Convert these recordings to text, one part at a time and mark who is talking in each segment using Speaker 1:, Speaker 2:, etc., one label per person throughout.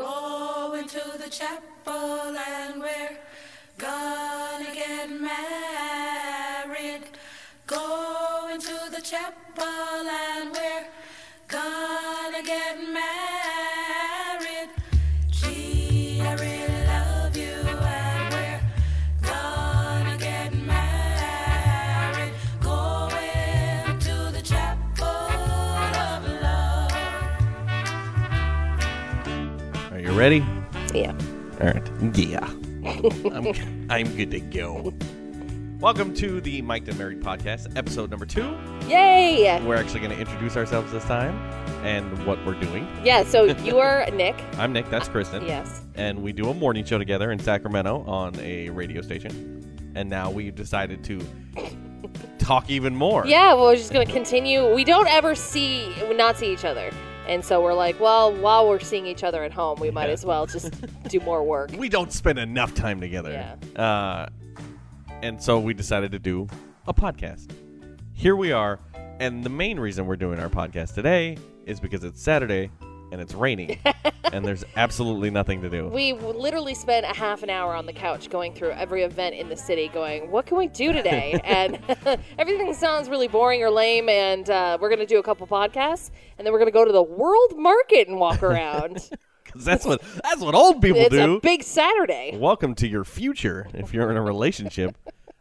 Speaker 1: Going to the chapel and we're gonna get married. Going to the chapel and we're gonna get married. Gee, I really love you and we're gonna get married. Going to the chapel of love.
Speaker 2: Are you ready?
Speaker 3: Yeah.
Speaker 2: All right. Yeah. I'm, I'm good to go. Welcome to the Mike and Married podcast, episode number two.
Speaker 3: Yay!
Speaker 2: We're actually going to introduce ourselves this time and what we're doing.
Speaker 3: Yeah, so you're Nick.
Speaker 2: I'm Nick. That's Kristen.
Speaker 3: Yes.
Speaker 2: And we do a morning show together in Sacramento on a radio station. And now we've decided to talk even more.
Speaker 3: Yeah, well, we're just going to continue. We don't ever see, we not see each other. And so we're like, well, while we're seeing each other at home, we might
Speaker 2: Yeah.
Speaker 3: as well just do more work.
Speaker 2: We don't spend enough time together. Uh, and so we decided to do a podcast. Here we are. And the main reason we're doing our podcast today is because it's Saturday and it's raining and there's absolutely nothing to do.
Speaker 3: We w- literally spent a half an hour on the couch going through every event in the city, going, what can we do today? And everything sounds really boring or lame. And uh, we're going to do a couple podcasts. And then we're going to go to the world market and walk around.
Speaker 2: 'Cause that's what that's what old people
Speaker 3: it's
Speaker 2: do.
Speaker 3: a big Saturday.
Speaker 2: Welcome to your future if you're in a relationship.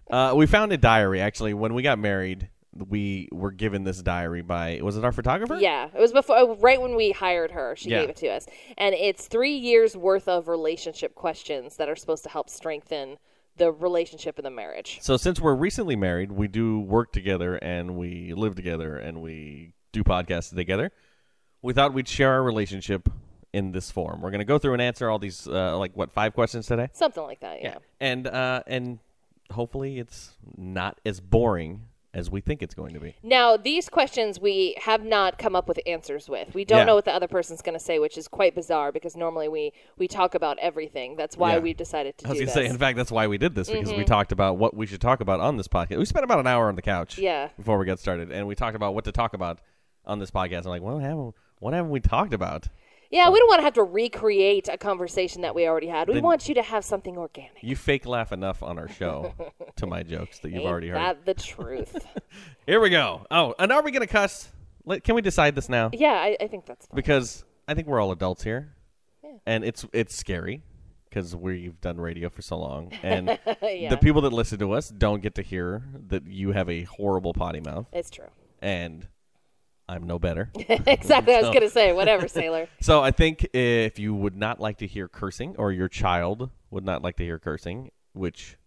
Speaker 2: Uh, we found a diary actually when we got married. We were given this diary by was it our photographer?
Speaker 3: Yeah, it was before, uh, right when we hired her. She
Speaker 2: Yeah.
Speaker 3: gave it to us, and it's three years worth of relationship questions that are supposed to help strengthen the relationship and the marriage.
Speaker 2: So since we're recently married, we do work together and we live together and we do podcasts together. We thought we'd share our relationship in this form. We're going to go through and answer all these uh, like what five questions today.
Speaker 3: Something like that. Yeah.
Speaker 2: And uh, and hopefully it's not as boring as we think it's going to be.
Speaker 3: Now these questions we have not come up with answers with. We don't
Speaker 2: Yeah.
Speaker 3: know what the other person's going to say, which is quite bizarre because normally we we talk about everything. That's why
Speaker 2: Yeah.
Speaker 3: we've decided to
Speaker 2: I was going
Speaker 3: do
Speaker 2: to
Speaker 3: this. Mm-hmm.
Speaker 2: say, in fact, that's why we did this because we talked about what we should talk about on this podcast. We spent about an hour on the couch,
Speaker 3: Yeah.
Speaker 2: before we got started, and we talked about what to talk about on this podcast. I'm like, well, haven't what haven't we talked about?
Speaker 3: yeah, we don't want to have to recreate a conversation that we already had. We want you to have something organic.
Speaker 2: You fake laugh enough on our show to my jokes that you've
Speaker 3: Ain't
Speaker 2: already heard.
Speaker 3: that the truth?
Speaker 2: Here we go. Oh, and are we going to cuss? Let, can we decide this now?
Speaker 3: yeah, I, I think that's fine.
Speaker 2: Because I think we're all adults here, and it's it's scary because we've done radio for so long, and the people that listen to us don't get to hear that you have a horrible potty mouth,
Speaker 3: It's true.
Speaker 2: and I'm no better.
Speaker 3: Exactly, I was going to say, whatever, sailor.
Speaker 2: So I think if you would not like to hear cursing, or your child would not like to hear cursing, which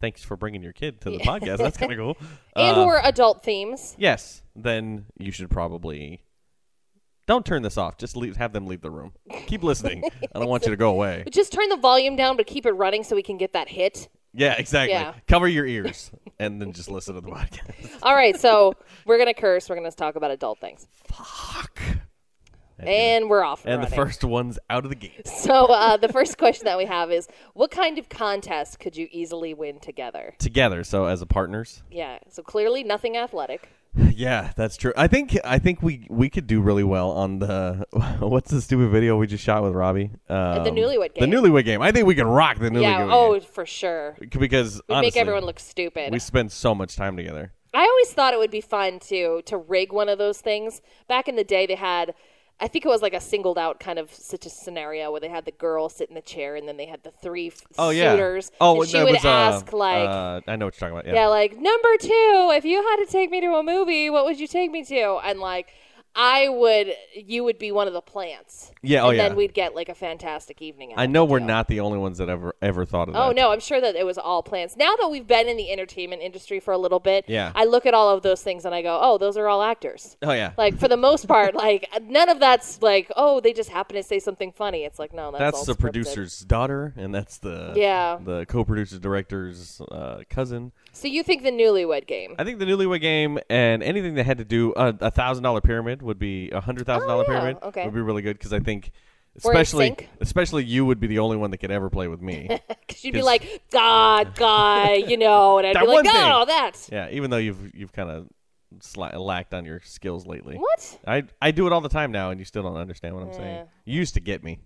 Speaker 2: thanks for bringing your kid to the podcast. That's kind of cool.
Speaker 3: And or adult themes.
Speaker 2: Yes, then you should probably don't turn this off. Just leave, have them leave the room. Keep listening. I don't want you to go away.
Speaker 3: Just turn the volume down, but keep it running so we can get that hit.
Speaker 2: Yeah, exactly.
Speaker 3: Yeah.
Speaker 2: Cover your ears and then just listen to the podcast.
Speaker 3: All right, so we're going to curse. We're going to talk about adult things.
Speaker 2: Fuck.
Speaker 3: And we're off.
Speaker 2: And the
Speaker 3: running.
Speaker 2: first one's out of the gate.
Speaker 3: So uh, the first question that we have is what kind of contest could you easily win together?
Speaker 2: Together, so as a partners.
Speaker 3: Yeah, so clearly nothing athletic.
Speaker 2: Yeah, that's true. I think I think we we could do really well on the what's the stupid video we just shot with Robbie? Um,
Speaker 3: Uh, the Newlywed Game.
Speaker 2: The Newlywed Game. I think we could rock the Newlywed
Speaker 3: yeah,
Speaker 2: Game.
Speaker 3: oh, for sure.
Speaker 2: C- because
Speaker 3: We'd
Speaker 2: honestly,
Speaker 3: make everyone look stupid.
Speaker 2: we spend so much time together.
Speaker 3: I always thought it would be fun to to rig one of those things. Back in the day, they had. I think it was like a singled out kind of such a scenario where they had the girl sit in the chair and then they had the three f-
Speaker 2: Oh yeah.
Speaker 3: suitors.
Speaker 2: Oh,
Speaker 3: and she
Speaker 2: that
Speaker 3: would
Speaker 2: was, uh,
Speaker 3: ask like,
Speaker 2: uh, I know what you're talking about. Yeah.
Speaker 3: yeah, like number two, if you had to take me to a movie, what would you take me to? And like, I would, you would be one of the plants.
Speaker 2: Yeah,
Speaker 3: and
Speaker 2: oh, yeah.
Speaker 3: Then we'd get like a fantastic evening. out
Speaker 2: I
Speaker 3: of
Speaker 2: know
Speaker 3: the
Speaker 2: we're
Speaker 3: deal.
Speaker 2: not the only ones that ever ever thought of that.
Speaker 3: Oh no, I'm sure that it was all plans. Now that we've been in the entertainment industry for a little bit,
Speaker 2: Yeah.
Speaker 3: I look at all of those things and I go, "Oh, those are all actors."
Speaker 2: Oh yeah.
Speaker 3: Like for the most part, like none of that's like, "Oh, they just happen to say something funny." It's like, "No, that's
Speaker 2: that's
Speaker 3: all
Speaker 2: the
Speaker 3: scripted.
Speaker 2: producer's daughter, and that's the
Speaker 3: Yeah.
Speaker 2: the co-producer director's uh, cousin.
Speaker 3: So you think the Newlywed Game?
Speaker 2: I think the Newlywed Game and anything that had to do uh, a a thousand dollar pyramid would be a hundred thousand dollar
Speaker 3: Oh, yeah.
Speaker 2: pyramid
Speaker 3: Okay.
Speaker 2: would be really good because I think
Speaker 3: We're in
Speaker 2: especially
Speaker 3: sync.
Speaker 2: especially you would be the only one that could ever play with me.
Speaker 3: Because you'd be
Speaker 2: 'Cause-
Speaker 3: like, "God, guy," you know, and I'd
Speaker 2: That
Speaker 3: be
Speaker 2: one
Speaker 3: like,
Speaker 2: thing.
Speaker 3: "Oh, that."
Speaker 2: yeah, even though you've you've kind of sla- lacked on your skills lately.
Speaker 3: What?
Speaker 2: I I do it all the time now, and you still don't understand what I'm saying.
Speaker 3: Yeah.
Speaker 2: You used to get me.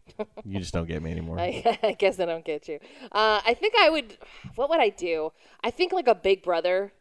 Speaker 2: You just don't get me anymore.
Speaker 3: I, I guess I don't get you. Uh, I think I would. What would I do? I think like a Big Brother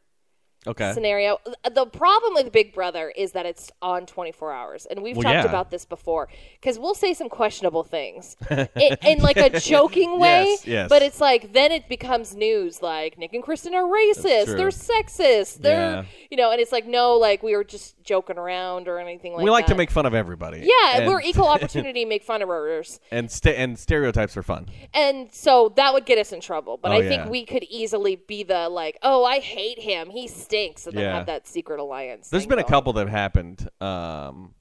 Speaker 2: okay.
Speaker 3: scenario. The problem with Big Brother is that it's on 24 hours, and we've
Speaker 2: Well,
Speaker 3: talked
Speaker 2: yeah.
Speaker 3: about this before because we'll say some questionable things in, in like a joking way.
Speaker 2: Yes, yes.
Speaker 3: But it's like then it becomes news. Like Nick and Kristen are
Speaker 2: true.
Speaker 3: racist. They're sexist. They're
Speaker 2: Yeah.
Speaker 3: you know, and it's like no, like we were just joking around or anything like.
Speaker 2: we like to
Speaker 3: that.
Speaker 2: make fun of everybody.
Speaker 3: Yeah,
Speaker 2: and,
Speaker 3: we're equal opportunity make fun of errors.
Speaker 2: and st- and stereotypes are fun.
Speaker 3: And so that would get us in trouble. But
Speaker 2: Oh,
Speaker 3: I think
Speaker 2: yeah.
Speaker 3: we could easily be the like, oh, I hate him. He stinks. And
Speaker 2: Yeah.
Speaker 3: then have that secret alliance.
Speaker 2: There's
Speaker 3: thing
Speaker 2: been a
Speaker 3: going.
Speaker 2: couple that have happened um,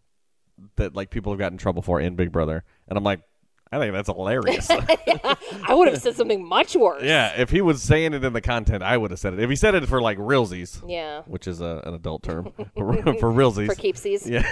Speaker 2: that like people have gotten in trouble for in Big Brother, and I'm like, I think that's hilarious.
Speaker 3: I would have said something much worse.
Speaker 2: yeah, if he was saying it in the content, I would have said it. If he said it for like realsies,
Speaker 3: Yeah.
Speaker 2: which is a, an adult term for realsies,
Speaker 3: For keepsies.
Speaker 2: yeah,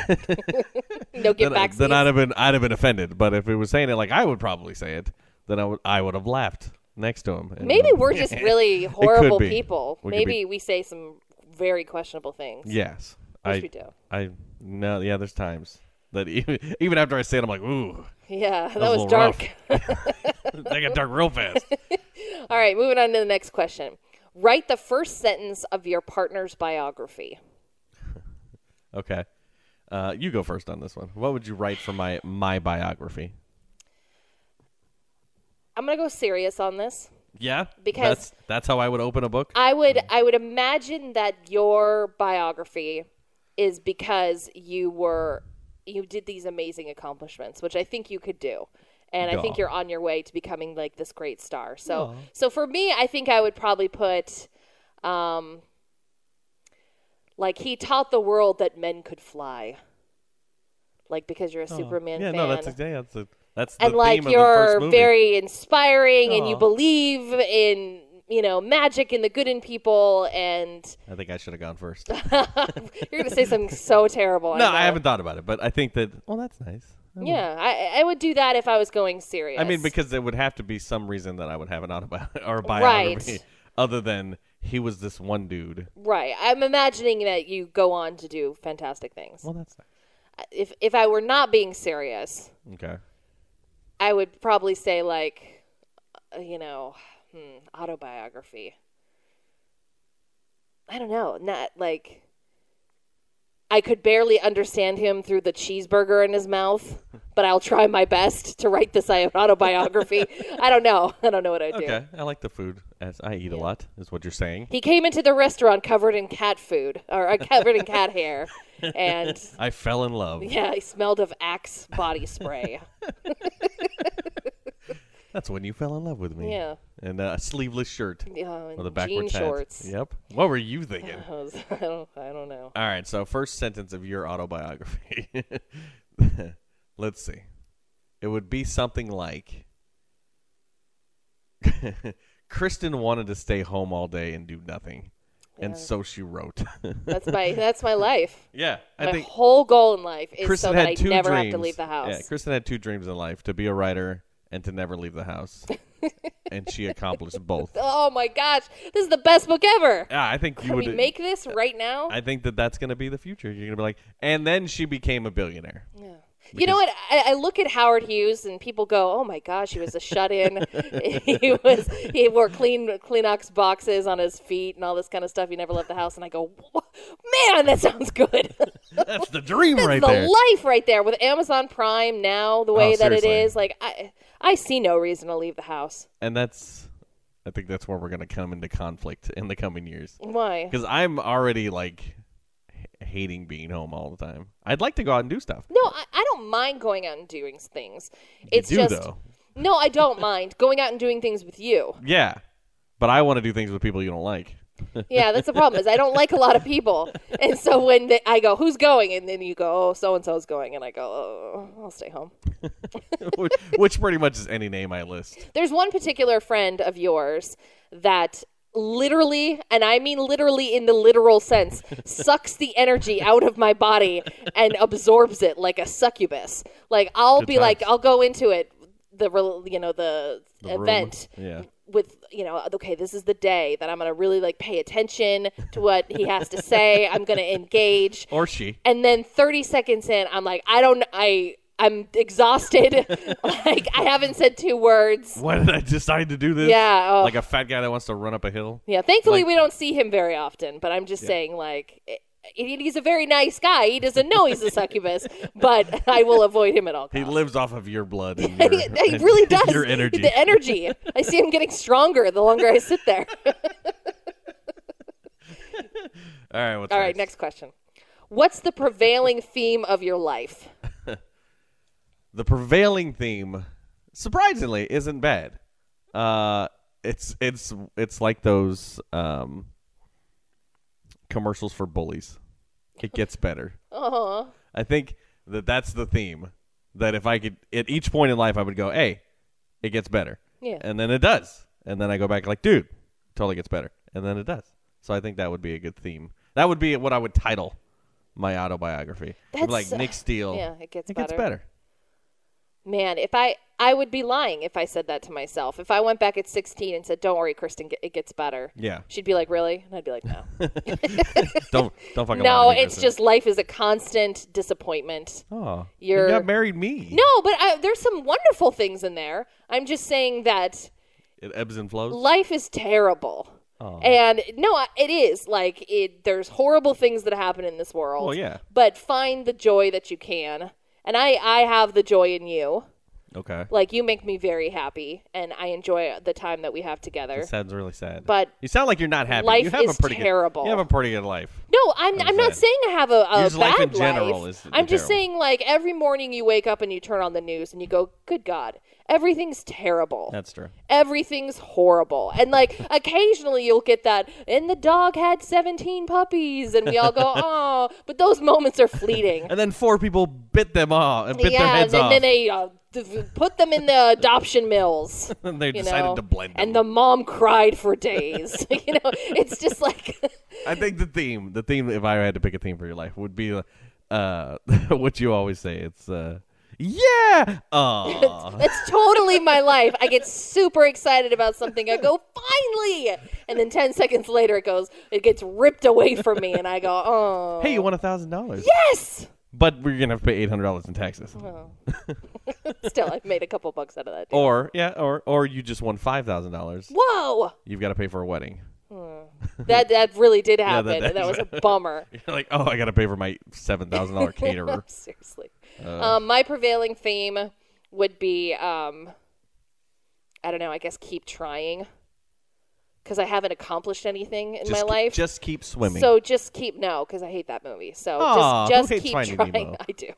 Speaker 3: No get
Speaker 2: then, I,
Speaker 3: back.
Speaker 2: then I'd have been I'd have been offended. But if he was saying it like I would probably say it, then I would I would have laughed next to him. And-
Speaker 3: Maybe we're just really horrible
Speaker 2: be.
Speaker 3: people.
Speaker 2: We could
Speaker 3: Maybe
Speaker 2: be-
Speaker 3: we say some very questionable things.
Speaker 2: yes,
Speaker 3: Yes,
Speaker 2: I
Speaker 3: we do.
Speaker 2: I no yeah. There's times that even, even after I say it, I'm like ooh.
Speaker 3: Yeah,
Speaker 2: That
Speaker 3: that,
Speaker 2: was
Speaker 3: was,
Speaker 2: a little
Speaker 3: dark.
Speaker 2: rough. that got dark real fast.
Speaker 3: All right, moving on to the next question. Write the first sentence of your partner's biography.
Speaker 2: Okay. Uh, you go first on this one. What would you write for my my biography?
Speaker 3: I'm gonna go serious on this.
Speaker 2: Yeah,
Speaker 3: Because-
Speaker 2: that's that's how I would open a book.
Speaker 3: I would I would imagine that your biography is because you were you did these amazing accomplishments, which I think you could do. And I think
Speaker 2: Aw.
Speaker 3: you're on your way to becoming like this great star. So so for me, I think I would probably put um like he taught the world that men could fly. Like because you're a Superman
Speaker 2: yeah,
Speaker 3: fan
Speaker 2: no, that's yeah, that's a, that's the
Speaker 3: and like
Speaker 2: theme of the first
Speaker 3: you're
Speaker 2: movie.
Speaker 3: very inspiring and you
Speaker 2: Aw.
Speaker 3: believe in you know magic and the good in people and
Speaker 2: I think I should have gone first.
Speaker 3: you're gonna say something so terrible
Speaker 2: no,
Speaker 3: know.
Speaker 2: I haven't thought about it, but I think that well, that's nice.
Speaker 3: yeah I, I would do that if i was going serious
Speaker 2: I mean, because there would have to be some reason that I would have an autobiography or a biography
Speaker 3: Right.
Speaker 2: other than he was this one dude.
Speaker 3: right i'm imagining that you go on to do fantastic things
Speaker 2: Well, that's nice.
Speaker 3: if if i were not being serious
Speaker 2: Okay.
Speaker 3: i would probably say like uh, you know hmm, autobiography i don't know not like i could barely understand him through the cheeseburger in his mouth but i'll try my best to write this autobiography i don't know i don't know what i'd do
Speaker 2: Okay. I like the food as I eat a lot is what you're saying.
Speaker 3: he came into the restaurant covered in cat food or uh, covered in cat hair and
Speaker 2: I fell in love.
Speaker 3: yeah he smelled of axe body spray
Speaker 2: That's when you fell in love with me.
Speaker 3: Yeah.
Speaker 2: And uh, a sleeveless shirt.
Speaker 3: yeah, and
Speaker 2: With a
Speaker 3: jean
Speaker 2: backwards hat.
Speaker 3: shorts
Speaker 2: Yep. What were you thinking?
Speaker 3: I, was- I don't, I don't know
Speaker 2: All right, so first sentence of your autobiography. Let's see. It would be something like Kristen wanted to stay home all day and do nothing. And so she wrote.
Speaker 3: That's my that's my life.
Speaker 2: yeah, I
Speaker 3: my
Speaker 2: think
Speaker 3: whole goal in life is
Speaker 2: Kristen
Speaker 3: so that
Speaker 2: had
Speaker 3: I
Speaker 2: two
Speaker 3: never
Speaker 2: dreams.
Speaker 3: have to leave the house.
Speaker 2: Yeah, Kristen had two dreams in life: to be a writer and to never leave the house. and she accomplished both.
Speaker 3: oh my gosh, this is the best book ever.
Speaker 2: Yeah, I think you
Speaker 3: Can
Speaker 2: would e
Speaker 3: we make this right now?
Speaker 2: I think that that's going to be the future. You're going to be like, and then she became a billionaire.
Speaker 3: you know what? I, I look at Howard Hughes and people go, "Oh my gosh, he was a shut-in. he was he wore clean Kleenex boxes on his feet and all this kind of stuff. He never left the house." And I go, "Wha- "Man, that sounds good."
Speaker 2: That's the dream right
Speaker 3: the
Speaker 2: there. Oh,
Speaker 3: life right there with Amazon Prime now, the way that
Speaker 2: seriously.
Speaker 3: it is. Like I I see no reason to leave the house.
Speaker 2: and that's, I think that's where we're going to come into conflict in the coming years.
Speaker 3: Why?
Speaker 2: Because I'm already like h- hating being home all the time. I'd like to go out and do stuff.
Speaker 3: No, I, I don't mind going out and doing things. It's
Speaker 2: do,
Speaker 3: just
Speaker 2: though.
Speaker 3: no, I don't mind going out and doing things with you.
Speaker 2: Yeah, but I want to do things with people you don't like.
Speaker 3: Yeah, that's the problem is I don't like a lot of people, and so when they, I go, who's going, and then you go, oh, so and so's going, and I go, oh, I'll stay home.
Speaker 2: which, which pretty much is any name I list.
Speaker 3: There's one particular friend of yours that literally, and I mean literally in the literal sense, sucks the energy out of my body and absorbs it like a succubus. Like I'll be like,
Speaker 2: times.
Speaker 3: I'll go into it the rel- you know the,
Speaker 2: The room.
Speaker 3: event
Speaker 2: Yeah.
Speaker 3: with you know okay this is the day that i'm going to really like pay attention to what he has to say i'm going to engage
Speaker 2: Or she.
Speaker 3: and then 30 seconds in i'm like i don't i i'm exhausted like i haven't said two words
Speaker 2: Why did I decide to do this?
Speaker 3: yeah oh.
Speaker 2: Like a fat guy that wants to run up a hill.
Speaker 3: yeah thankfully
Speaker 2: like-
Speaker 3: we don't see him very often but i'm just saying like i i- he's a very nice guy he doesn't know he's a succubus but i will avoid him at all costs
Speaker 2: He lives off of your blood. And your,
Speaker 3: He- he really
Speaker 2: and
Speaker 3: does.
Speaker 2: Your energy.
Speaker 3: The energy. I see him getting stronger the longer I sit there.
Speaker 2: All right. What's
Speaker 3: All right, next question. What's the prevailing theme of your life?
Speaker 2: the prevailing theme surprisingly isn't bad uh it's it's it's like those um commercials for bullies it gets better
Speaker 3: Oh,
Speaker 2: i think that that's the theme that if i could at each point in life i would go hey it gets better
Speaker 3: Yeah.
Speaker 2: and then it does and then i go back like dude totally gets better and then it does so i think that would be a good theme that would be what i would title my autobiography
Speaker 3: That's-
Speaker 2: like nick steele
Speaker 3: yeah, it gets
Speaker 2: it
Speaker 3: better.
Speaker 2: gets better
Speaker 3: man, if I I would be lying if I said that to myself. If I went back at 16 and said, "Don't worry, Kristen, get- it gets better."
Speaker 2: Yeah.
Speaker 3: She'd be like, "Really?" And I'd be like, "No."
Speaker 2: don't don't fucking
Speaker 3: no,
Speaker 2: lie to me,
Speaker 3: it's
Speaker 2: Kristen.
Speaker 3: just life is a constant disappointment.
Speaker 2: Oh,
Speaker 3: You're-
Speaker 2: you got married me.
Speaker 3: No, but I, there's some wonderful things in there. I'm just saying that
Speaker 2: it ebbs and flows.
Speaker 3: life is terrible.
Speaker 2: Oh.
Speaker 3: And no, I- it is like it. There's horrible things that happen in this world.
Speaker 2: Well, yeah.
Speaker 3: But find the joy that you can, and I, I have the joy in you.
Speaker 2: okay,
Speaker 3: Like you make me very happy, and I enjoy the time that we have together.
Speaker 2: that sounds really sad.
Speaker 3: But
Speaker 2: you sound like you're not happy.
Speaker 3: life
Speaker 2: you have
Speaker 3: is
Speaker 2: a pretty
Speaker 3: terrible.
Speaker 2: Good, you have a pretty good life.
Speaker 3: No, I'm I'm not
Speaker 2: that?
Speaker 3: saying I have a, a
Speaker 2: Your just life
Speaker 3: bad
Speaker 2: in general is
Speaker 3: I'm just
Speaker 2: terrible.
Speaker 3: saying like every morning you wake up and you turn on the news and you go, "Good God, everything's terrible."
Speaker 2: That's true.
Speaker 3: everything's horrible. And like occasionally you'll get that, and the dog had 17 puppies, and we all go, oh, but those moments are fleeting.
Speaker 2: And then four people bit them off and bit their
Speaker 3: yeah, and
Speaker 2: heads
Speaker 3: then,
Speaker 2: off,
Speaker 3: then they uh, th- put them in the adoption mills.
Speaker 2: and they
Speaker 3: You
Speaker 2: decided
Speaker 3: know?
Speaker 2: to blend them.
Speaker 3: And the mom cried for days. you know, it's just like,
Speaker 2: I think the theme, the theme, if I had to pick a theme for your life, would be uh, what you always say. It's uh, yeah, Aw.
Speaker 3: that's totally my life. I get super excited about something. I go, finally. And then 10 seconds later, it goes, it gets ripped away from me. And I go, oh.
Speaker 2: hey, you won a thousand dollars,
Speaker 3: yes.
Speaker 2: but we're gonna have to pay eight hundred dollars in taxes.
Speaker 3: Oh. Still, I've made a couple bucks out of that.
Speaker 2: Or yeah, or or you just won five thousand dollars.
Speaker 3: Whoa,
Speaker 2: You've got to pay for a wedding.
Speaker 3: that that really did happen.
Speaker 2: that-
Speaker 3: and that was a bummer.
Speaker 2: You're like, oh, I got to pay for my seven thousand dollar caterer.
Speaker 3: Seriously,
Speaker 2: Uh.
Speaker 3: um, my prevailing theme would be um, I don't know. I guess keep trying because I haven't accomplished anything in
Speaker 2: Just
Speaker 3: my
Speaker 2: keep-
Speaker 3: life.
Speaker 2: just keep swimming.
Speaker 3: So just keep no, because I hate that movie. So
Speaker 2: Aw, who
Speaker 3: just, just
Speaker 2: hates
Speaker 3: keep
Speaker 2: Finding
Speaker 3: trying.
Speaker 2: Nemo?
Speaker 3: I do.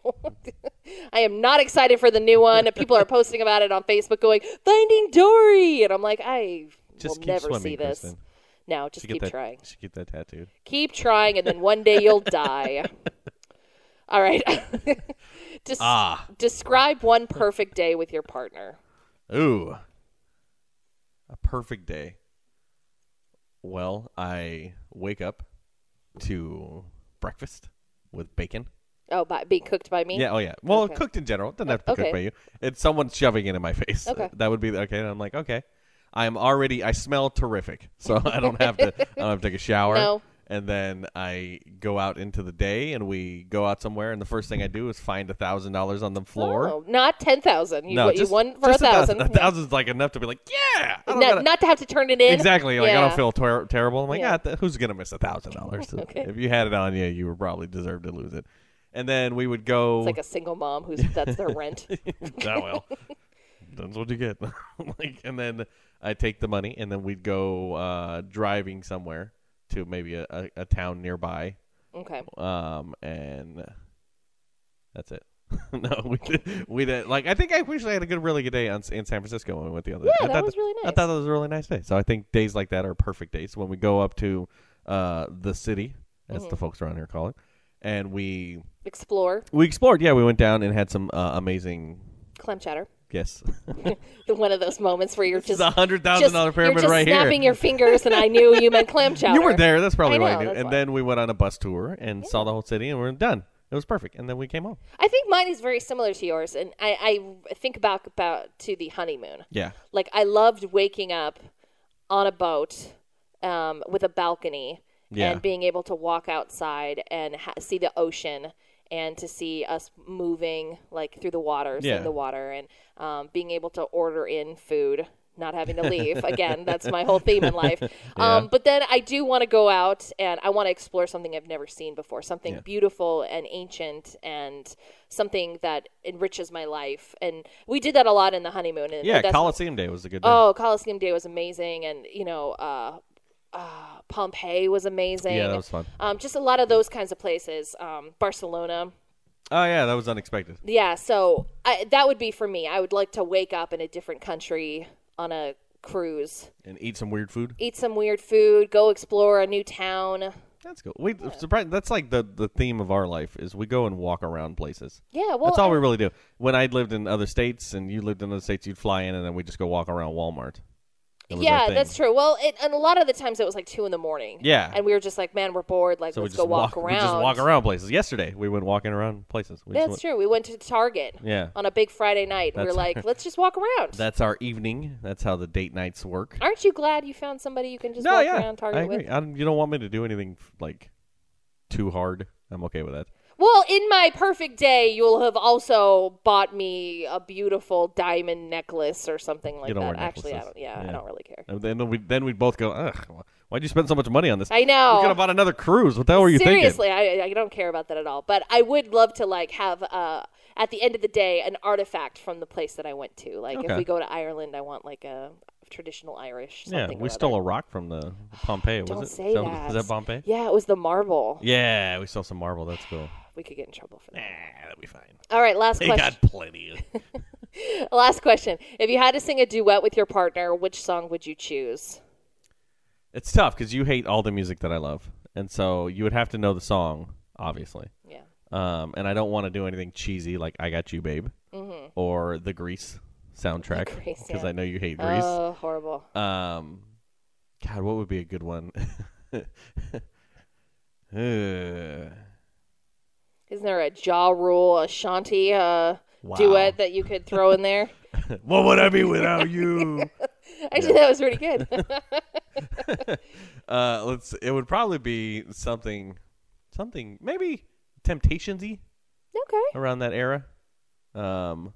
Speaker 3: I am not excited for the new one. People are posting about it on Facebook, going "Finding Dory," and I'm like, I
Speaker 2: Just
Speaker 3: will
Speaker 2: keep
Speaker 3: never
Speaker 2: swimming,
Speaker 3: see this.
Speaker 2: Kristen.
Speaker 3: No, just
Speaker 2: Should get
Speaker 3: keep
Speaker 2: that-
Speaker 3: trying.
Speaker 2: Should get that tattooed.
Speaker 3: Keep trying, and then one day you'll die. All right. Des-
Speaker 2: Ah.
Speaker 3: Describe one perfect day with your partner.
Speaker 2: Ooh, a perfect day. Well, I wake up to breakfast with bacon.
Speaker 3: Oh, by, being cooked by me?
Speaker 2: Yeah, oh yeah. Well,
Speaker 3: Okay.
Speaker 2: cooked in general. It doesn't have to be
Speaker 3: Okay.
Speaker 2: cooked by you. It's someone shoving it in my face.
Speaker 3: Okay.
Speaker 2: That would be the- okay. And I'm like, okay. I'm already. I smell terrific, so I don't have to. I don't have to take a shower.
Speaker 3: No.
Speaker 2: And then I go out into the day, and we go out somewhere. And the first thing I do is find a thousand dollars on the floor.
Speaker 3: Oh, not 10,000. You,
Speaker 2: no,
Speaker 3: you
Speaker 2: just,
Speaker 3: won for
Speaker 2: just
Speaker 3: a thousand.
Speaker 2: A thousand's like enough to be like, yeah. I
Speaker 3: Yeah.
Speaker 2: don't
Speaker 3: Not,
Speaker 2: gotta-
Speaker 3: not to have to turn it in.
Speaker 2: exactly. Like I
Speaker 3: Yeah.
Speaker 2: don't feel ter- terrible. I'm like,
Speaker 3: Yeah.
Speaker 2: ah, th- who's gonna miss a thousand dollars? If you had it on you, you were probably deserved to lose it. And then we would go.
Speaker 3: It's like a single mom who's that's their rent.
Speaker 2: oh well, that's what you get. like, and then I take the money, and then we'd go uh, driving somewhere to maybe a, a, a town nearby,
Speaker 3: Okay.
Speaker 2: um, and that's it. no, we did, we did. Like, I think I wish I had a good, really good day on, in San Francisco when we went the other day.
Speaker 3: Yeah,
Speaker 2: I
Speaker 3: that
Speaker 2: thought
Speaker 3: was really
Speaker 2: I
Speaker 3: nice.
Speaker 2: thought that was a really nice day. So I think days like that are perfect days when we go up to uh, the city, as
Speaker 3: Mm-hmm.
Speaker 2: the folks around here call it, and we
Speaker 3: Explore.
Speaker 2: we explored. Yeah, we went down and had some uh, amazing.
Speaker 3: Clam chowder.
Speaker 2: Yes.
Speaker 3: The- One of those moments where you're just.
Speaker 2: It's a hundred
Speaker 3: just-
Speaker 2: thousand dollar pyramid
Speaker 3: you're just
Speaker 2: right
Speaker 3: snapping
Speaker 2: here.
Speaker 3: your fingers, and I knew you meant clam chowder.
Speaker 2: you were there. That's probably
Speaker 3: I
Speaker 2: why I
Speaker 3: know,
Speaker 2: knew.
Speaker 3: that's
Speaker 2: And
Speaker 3: why.
Speaker 2: then we went on a bus tour and saw the whole city, and we're done. It was perfect. And then we came home.
Speaker 3: I think mine is very similar to yours, and I, I think back about to the honeymoon.
Speaker 2: Yeah.
Speaker 3: Like I loved waking up on a boat um, with a balcony
Speaker 2: Yeah.
Speaker 3: and being able to walk outside and ha- see the ocean and to see us moving like through the water,
Speaker 2: Yeah.
Speaker 3: seeing the water, and um, being able to order in food. Not having to leave again. That's my whole theme in life. Um, but then I do want to go out and I want to explore something I've never seen before, something beautiful and ancient, and something that enriches my life. And we did that a lot in the honeymoon. And
Speaker 2: Yeah,
Speaker 3: that's
Speaker 2: Coliseum Day was a good day.
Speaker 3: Oh, Coliseum Day was amazing, and you know, uh, uh, Pompeii was amazing.
Speaker 2: Yeah, that was fun.
Speaker 3: Um, just a lot of those kinds of places. Um, Barcelona.
Speaker 2: Oh, yeah, that was unexpected.
Speaker 3: Yeah, so I, that would be for me. I would like to wake up in a different country on a cruise,
Speaker 2: And eat some weird food.
Speaker 3: eat some weird food, go explore a new town.
Speaker 2: That's cool. We surprised. That's like the the theme of our life is we go and walk around places.
Speaker 3: Yeah, well,
Speaker 2: That's all
Speaker 3: I-
Speaker 2: we really do. When I lived in other states and you lived in other states, you'd fly in and then we just go walk around Walmart. That was our
Speaker 3: yeah,
Speaker 2: thing.
Speaker 3: that's true. Well, it, and a lot of the times it was like two in the morning.
Speaker 2: Yeah.
Speaker 3: and we were just like, man, we're bored. Like,
Speaker 2: So we
Speaker 3: let's
Speaker 2: just
Speaker 3: go walk,
Speaker 2: We
Speaker 3: around.
Speaker 2: just walk around places. Yesterday we went walking around places. We just
Speaker 3: That's
Speaker 2: went-
Speaker 3: true. We went to Target.
Speaker 2: Yeah.
Speaker 3: on a big Friday night. and we
Speaker 2: That's-
Speaker 3: we're like, let's just walk around.
Speaker 2: That's our evening. That's how the date nights work.
Speaker 3: Aren't you glad you found somebody you can just
Speaker 2: no,
Speaker 3: walk
Speaker 2: yeah,
Speaker 3: around Target
Speaker 2: I agree.
Speaker 3: with?
Speaker 2: I don't- you don't want me to do anything like too hard. I'm okay with that.
Speaker 3: Well, in my perfect day, you'll have also bought me a beautiful diamond necklace or something like
Speaker 2: You don't
Speaker 3: that.
Speaker 2: wear
Speaker 3: Actually, I
Speaker 2: necklaces.
Speaker 3: don't. Yeah,
Speaker 2: Yeah.
Speaker 3: I don't really care.
Speaker 2: And then we then we'd both go. Ugh, why'd you spend so much money on this?
Speaker 3: I know.
Speaker 2: We could have bought another cruise. What the hell were you thinking?
Speaker 3: Seriously, I, I don't care about that at all. But I would love to like have uh, at the end of the day an artifact from the place that I went to. Like
Speaker 2: Okay.
Speaker 3: if we go to Ireland, I want like a traditional Irish.
Speaker 2: Yeah,
Speaker 3: something
Speaker 2: we
Speaker 3: or
Speaker 2: stole
Speaker 3: other.
Speaker 2: a rock from the Pompeii.
Speaker 3: Don't
Speaker 2: was it?
Speaker 3: say
Speaker 2: Is
Speaker 3: that.
Speaker 2: Was that Pompeii?
Speaker 3: Yeah, it was the marble.
Speaker 2: Yeah, we stole some marble. That's cool.
Speaker 3: We could get in trouble for that.
Speaker 2: Nah, that'll be fine.
Speaker 3: All right, last
Speaker 2: They
Speaker 3: question.
Speaker 2: got plenty. Of...
Speaker 3: Last question. If you had to sing a duet with your partner, which song would you choose?
Speaker 2: it's tough because you hate all the music that I love, and so you would have to know the song, obviously.
Speaker 3: Yeah.
Speaker 2: Um, and I don't want to do anything cheesy like "I Got You, Babe" or the Grease soundtrack
Speaker 3: Mm-hmm. Grease,
Speaker 2: because
Speaker 3: yeah.
Speaker 2: I know you hate Grease.
Speaker 3: Oh, horrible.
Speaker 2: Um, God, what would be a good one? Uh,
Speaker 3: Isn't there a Jaw Rule, a Shanti uh,
Speaker 2: Wow.
Speaker 3: duet that you could throw in there?
Speaker 2: what would I be without you?
Speaker 3: Actually, that was pretty good.
Speaker 2: Uh, let's. It would probably be something, something maybe Temptationsy
Speaker 3: okay.
Speaker 2: around that era, um,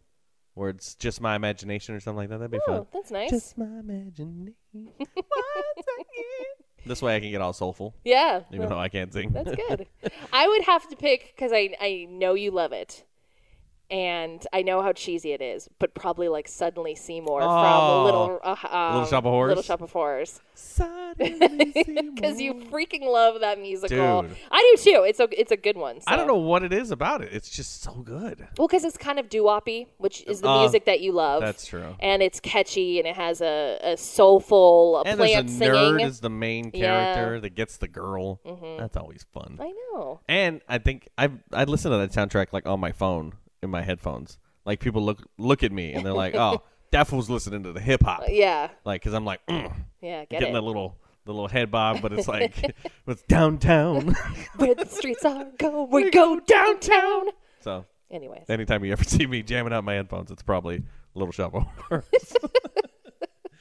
Speaker 2: where it's just my imagination or something like that. That'd be fun.
Speaker 3: Oh, that's nice.
Speaker 2: Just my imagination. Once again. This way I can get all soulful,
Speaker 3: yeah.
Speaker 2: even though I can't sing.
Speaker 3: That's good. I would have to pick because I, I know you love it. And I know how cheesy it is, but probably like Suddenly Seymour
Speaker 2: Oh.
Speaker 3: from Little, uh, um,
Speaker 2: Little Shop of Horrors?
Speaker 3: Little Shop of Horrors. Because
Speaker 2: Because
Speaker 3: you freaking love that musical.
Speaker 2: Dude.
Speaker 3: I do too. It's a it's a good one. So.
Speaker 2: I don't know what it is about it. It's just so good.
Speaker 3: Well, because it's kind of doo-woppy, which is the
Speaker 2: Uh,
Speaker 3: music that you love.
Speaker 2: that's true.
Speaker 3: And it's catchy, and it has a, a soulful a
Speaker 2: And there's a
Speaker 3: plant singing.
Speaker 2: nerd is the main
Speaker 3: Yeah. Mm-hmm.
Speaker 2: character that gets the girl. That's always fun.
Speaker 3: I know.
Speaker 2: And I think I I listen to that soundtrack like on my phone in my headphones. Like people look look at me and they're like, "Oh, that fool's listening to the hip hop."
Speaker 3: Yeah,
Speaker 2: Like cuz I'm like mm,
Speaker 3: yeah. Get
Speaker 2: getting
Speaker 3: it.
Speaker 2: the little the little head bob, but it's like it's downtown.
Speaker 3: Where the streets are, go we go downtown.
Speaker 2: so
Speaker 3: Anyways,
Speaker 2: anytime you ever see me jamming out my headphones, it's probably Little Shop of Horrors.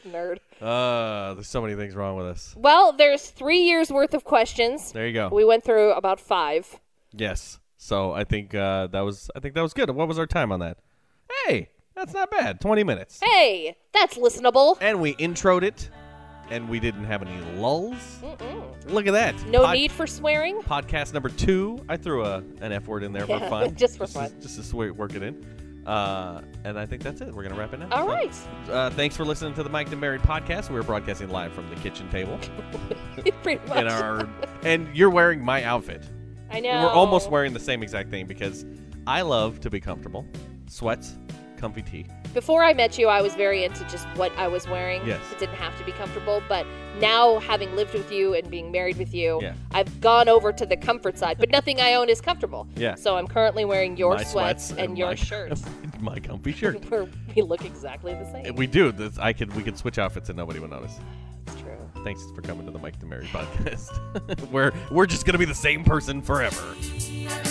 Speaker 3: nerd.
Speaker 2: uh, there's so many things wrong with us.
Speaker 3: Well, there's three years worth of questions.
Speaker 2: There you go.
Speaker 3: We went through about five.
Speaker 2: Yes. So I think uh, that was I think that was good. What was our time on that? Hey, that's not bad. Twenty minutes.
Speaker 3: Hey, that's listenable.
Speaker 2: And we introed it, and we didn't have any lulls. Look at that.
Speaker 3: No
Speaker 2: Pod-
Speaker 3: need for swearing.
Speaker 2: Podcast number two. I threw a an F word in there for
Speaker 3: Yeah,
Speaker 2: fun,
Speaker 3: just for fun.
Speaker 2: just, to swe- work it in. Uh, and I think that's it. We're gonna wrap it now.
Speaker 3: All
Speaker 2: So,
Speaker 3: right.
Speaker 2: Uh, thanks for listening to the Mike and Married podcast. We're broadcasting live from the kitchen table
Speaker 3: Pretty much.
Speaker 2: in our, and you're wearing my outfit.
Speaker 3: I know.
Speaker 2: We're almost wearing the same exact thing because I love to be comfortable. Sweats, comfy tee.
Speaker 3: Before I met you, I was very into just what I was wearing.
Speaker 2: Yes.
Speaker 3: It didn't have to be comfortable. But now, having lived with you and being married with you,
Speaker 2: Yeah.
Speaker 3: I've gone over to the comfort side. But nothing I own is comfortable.
Speaker 2: Yeah.
Speaker 3: So I'm currently wearing your
Speaker 2: my
Speaker 3: sweats, and, your
Speaker 2: my,
Speaker 3: shirt.
Speaker 2: my comfy shirt.
Speaker 3: We're, we look exactly the same.
Speaker 2: we do. This, I could we could switch outfits and nobody would notice.
Speaker 3: It's true.
Speaker 2: Thanks for coming to the Mike to Mary podcast. we're we're just gonna be the same person forever.
Speaker 1: Thank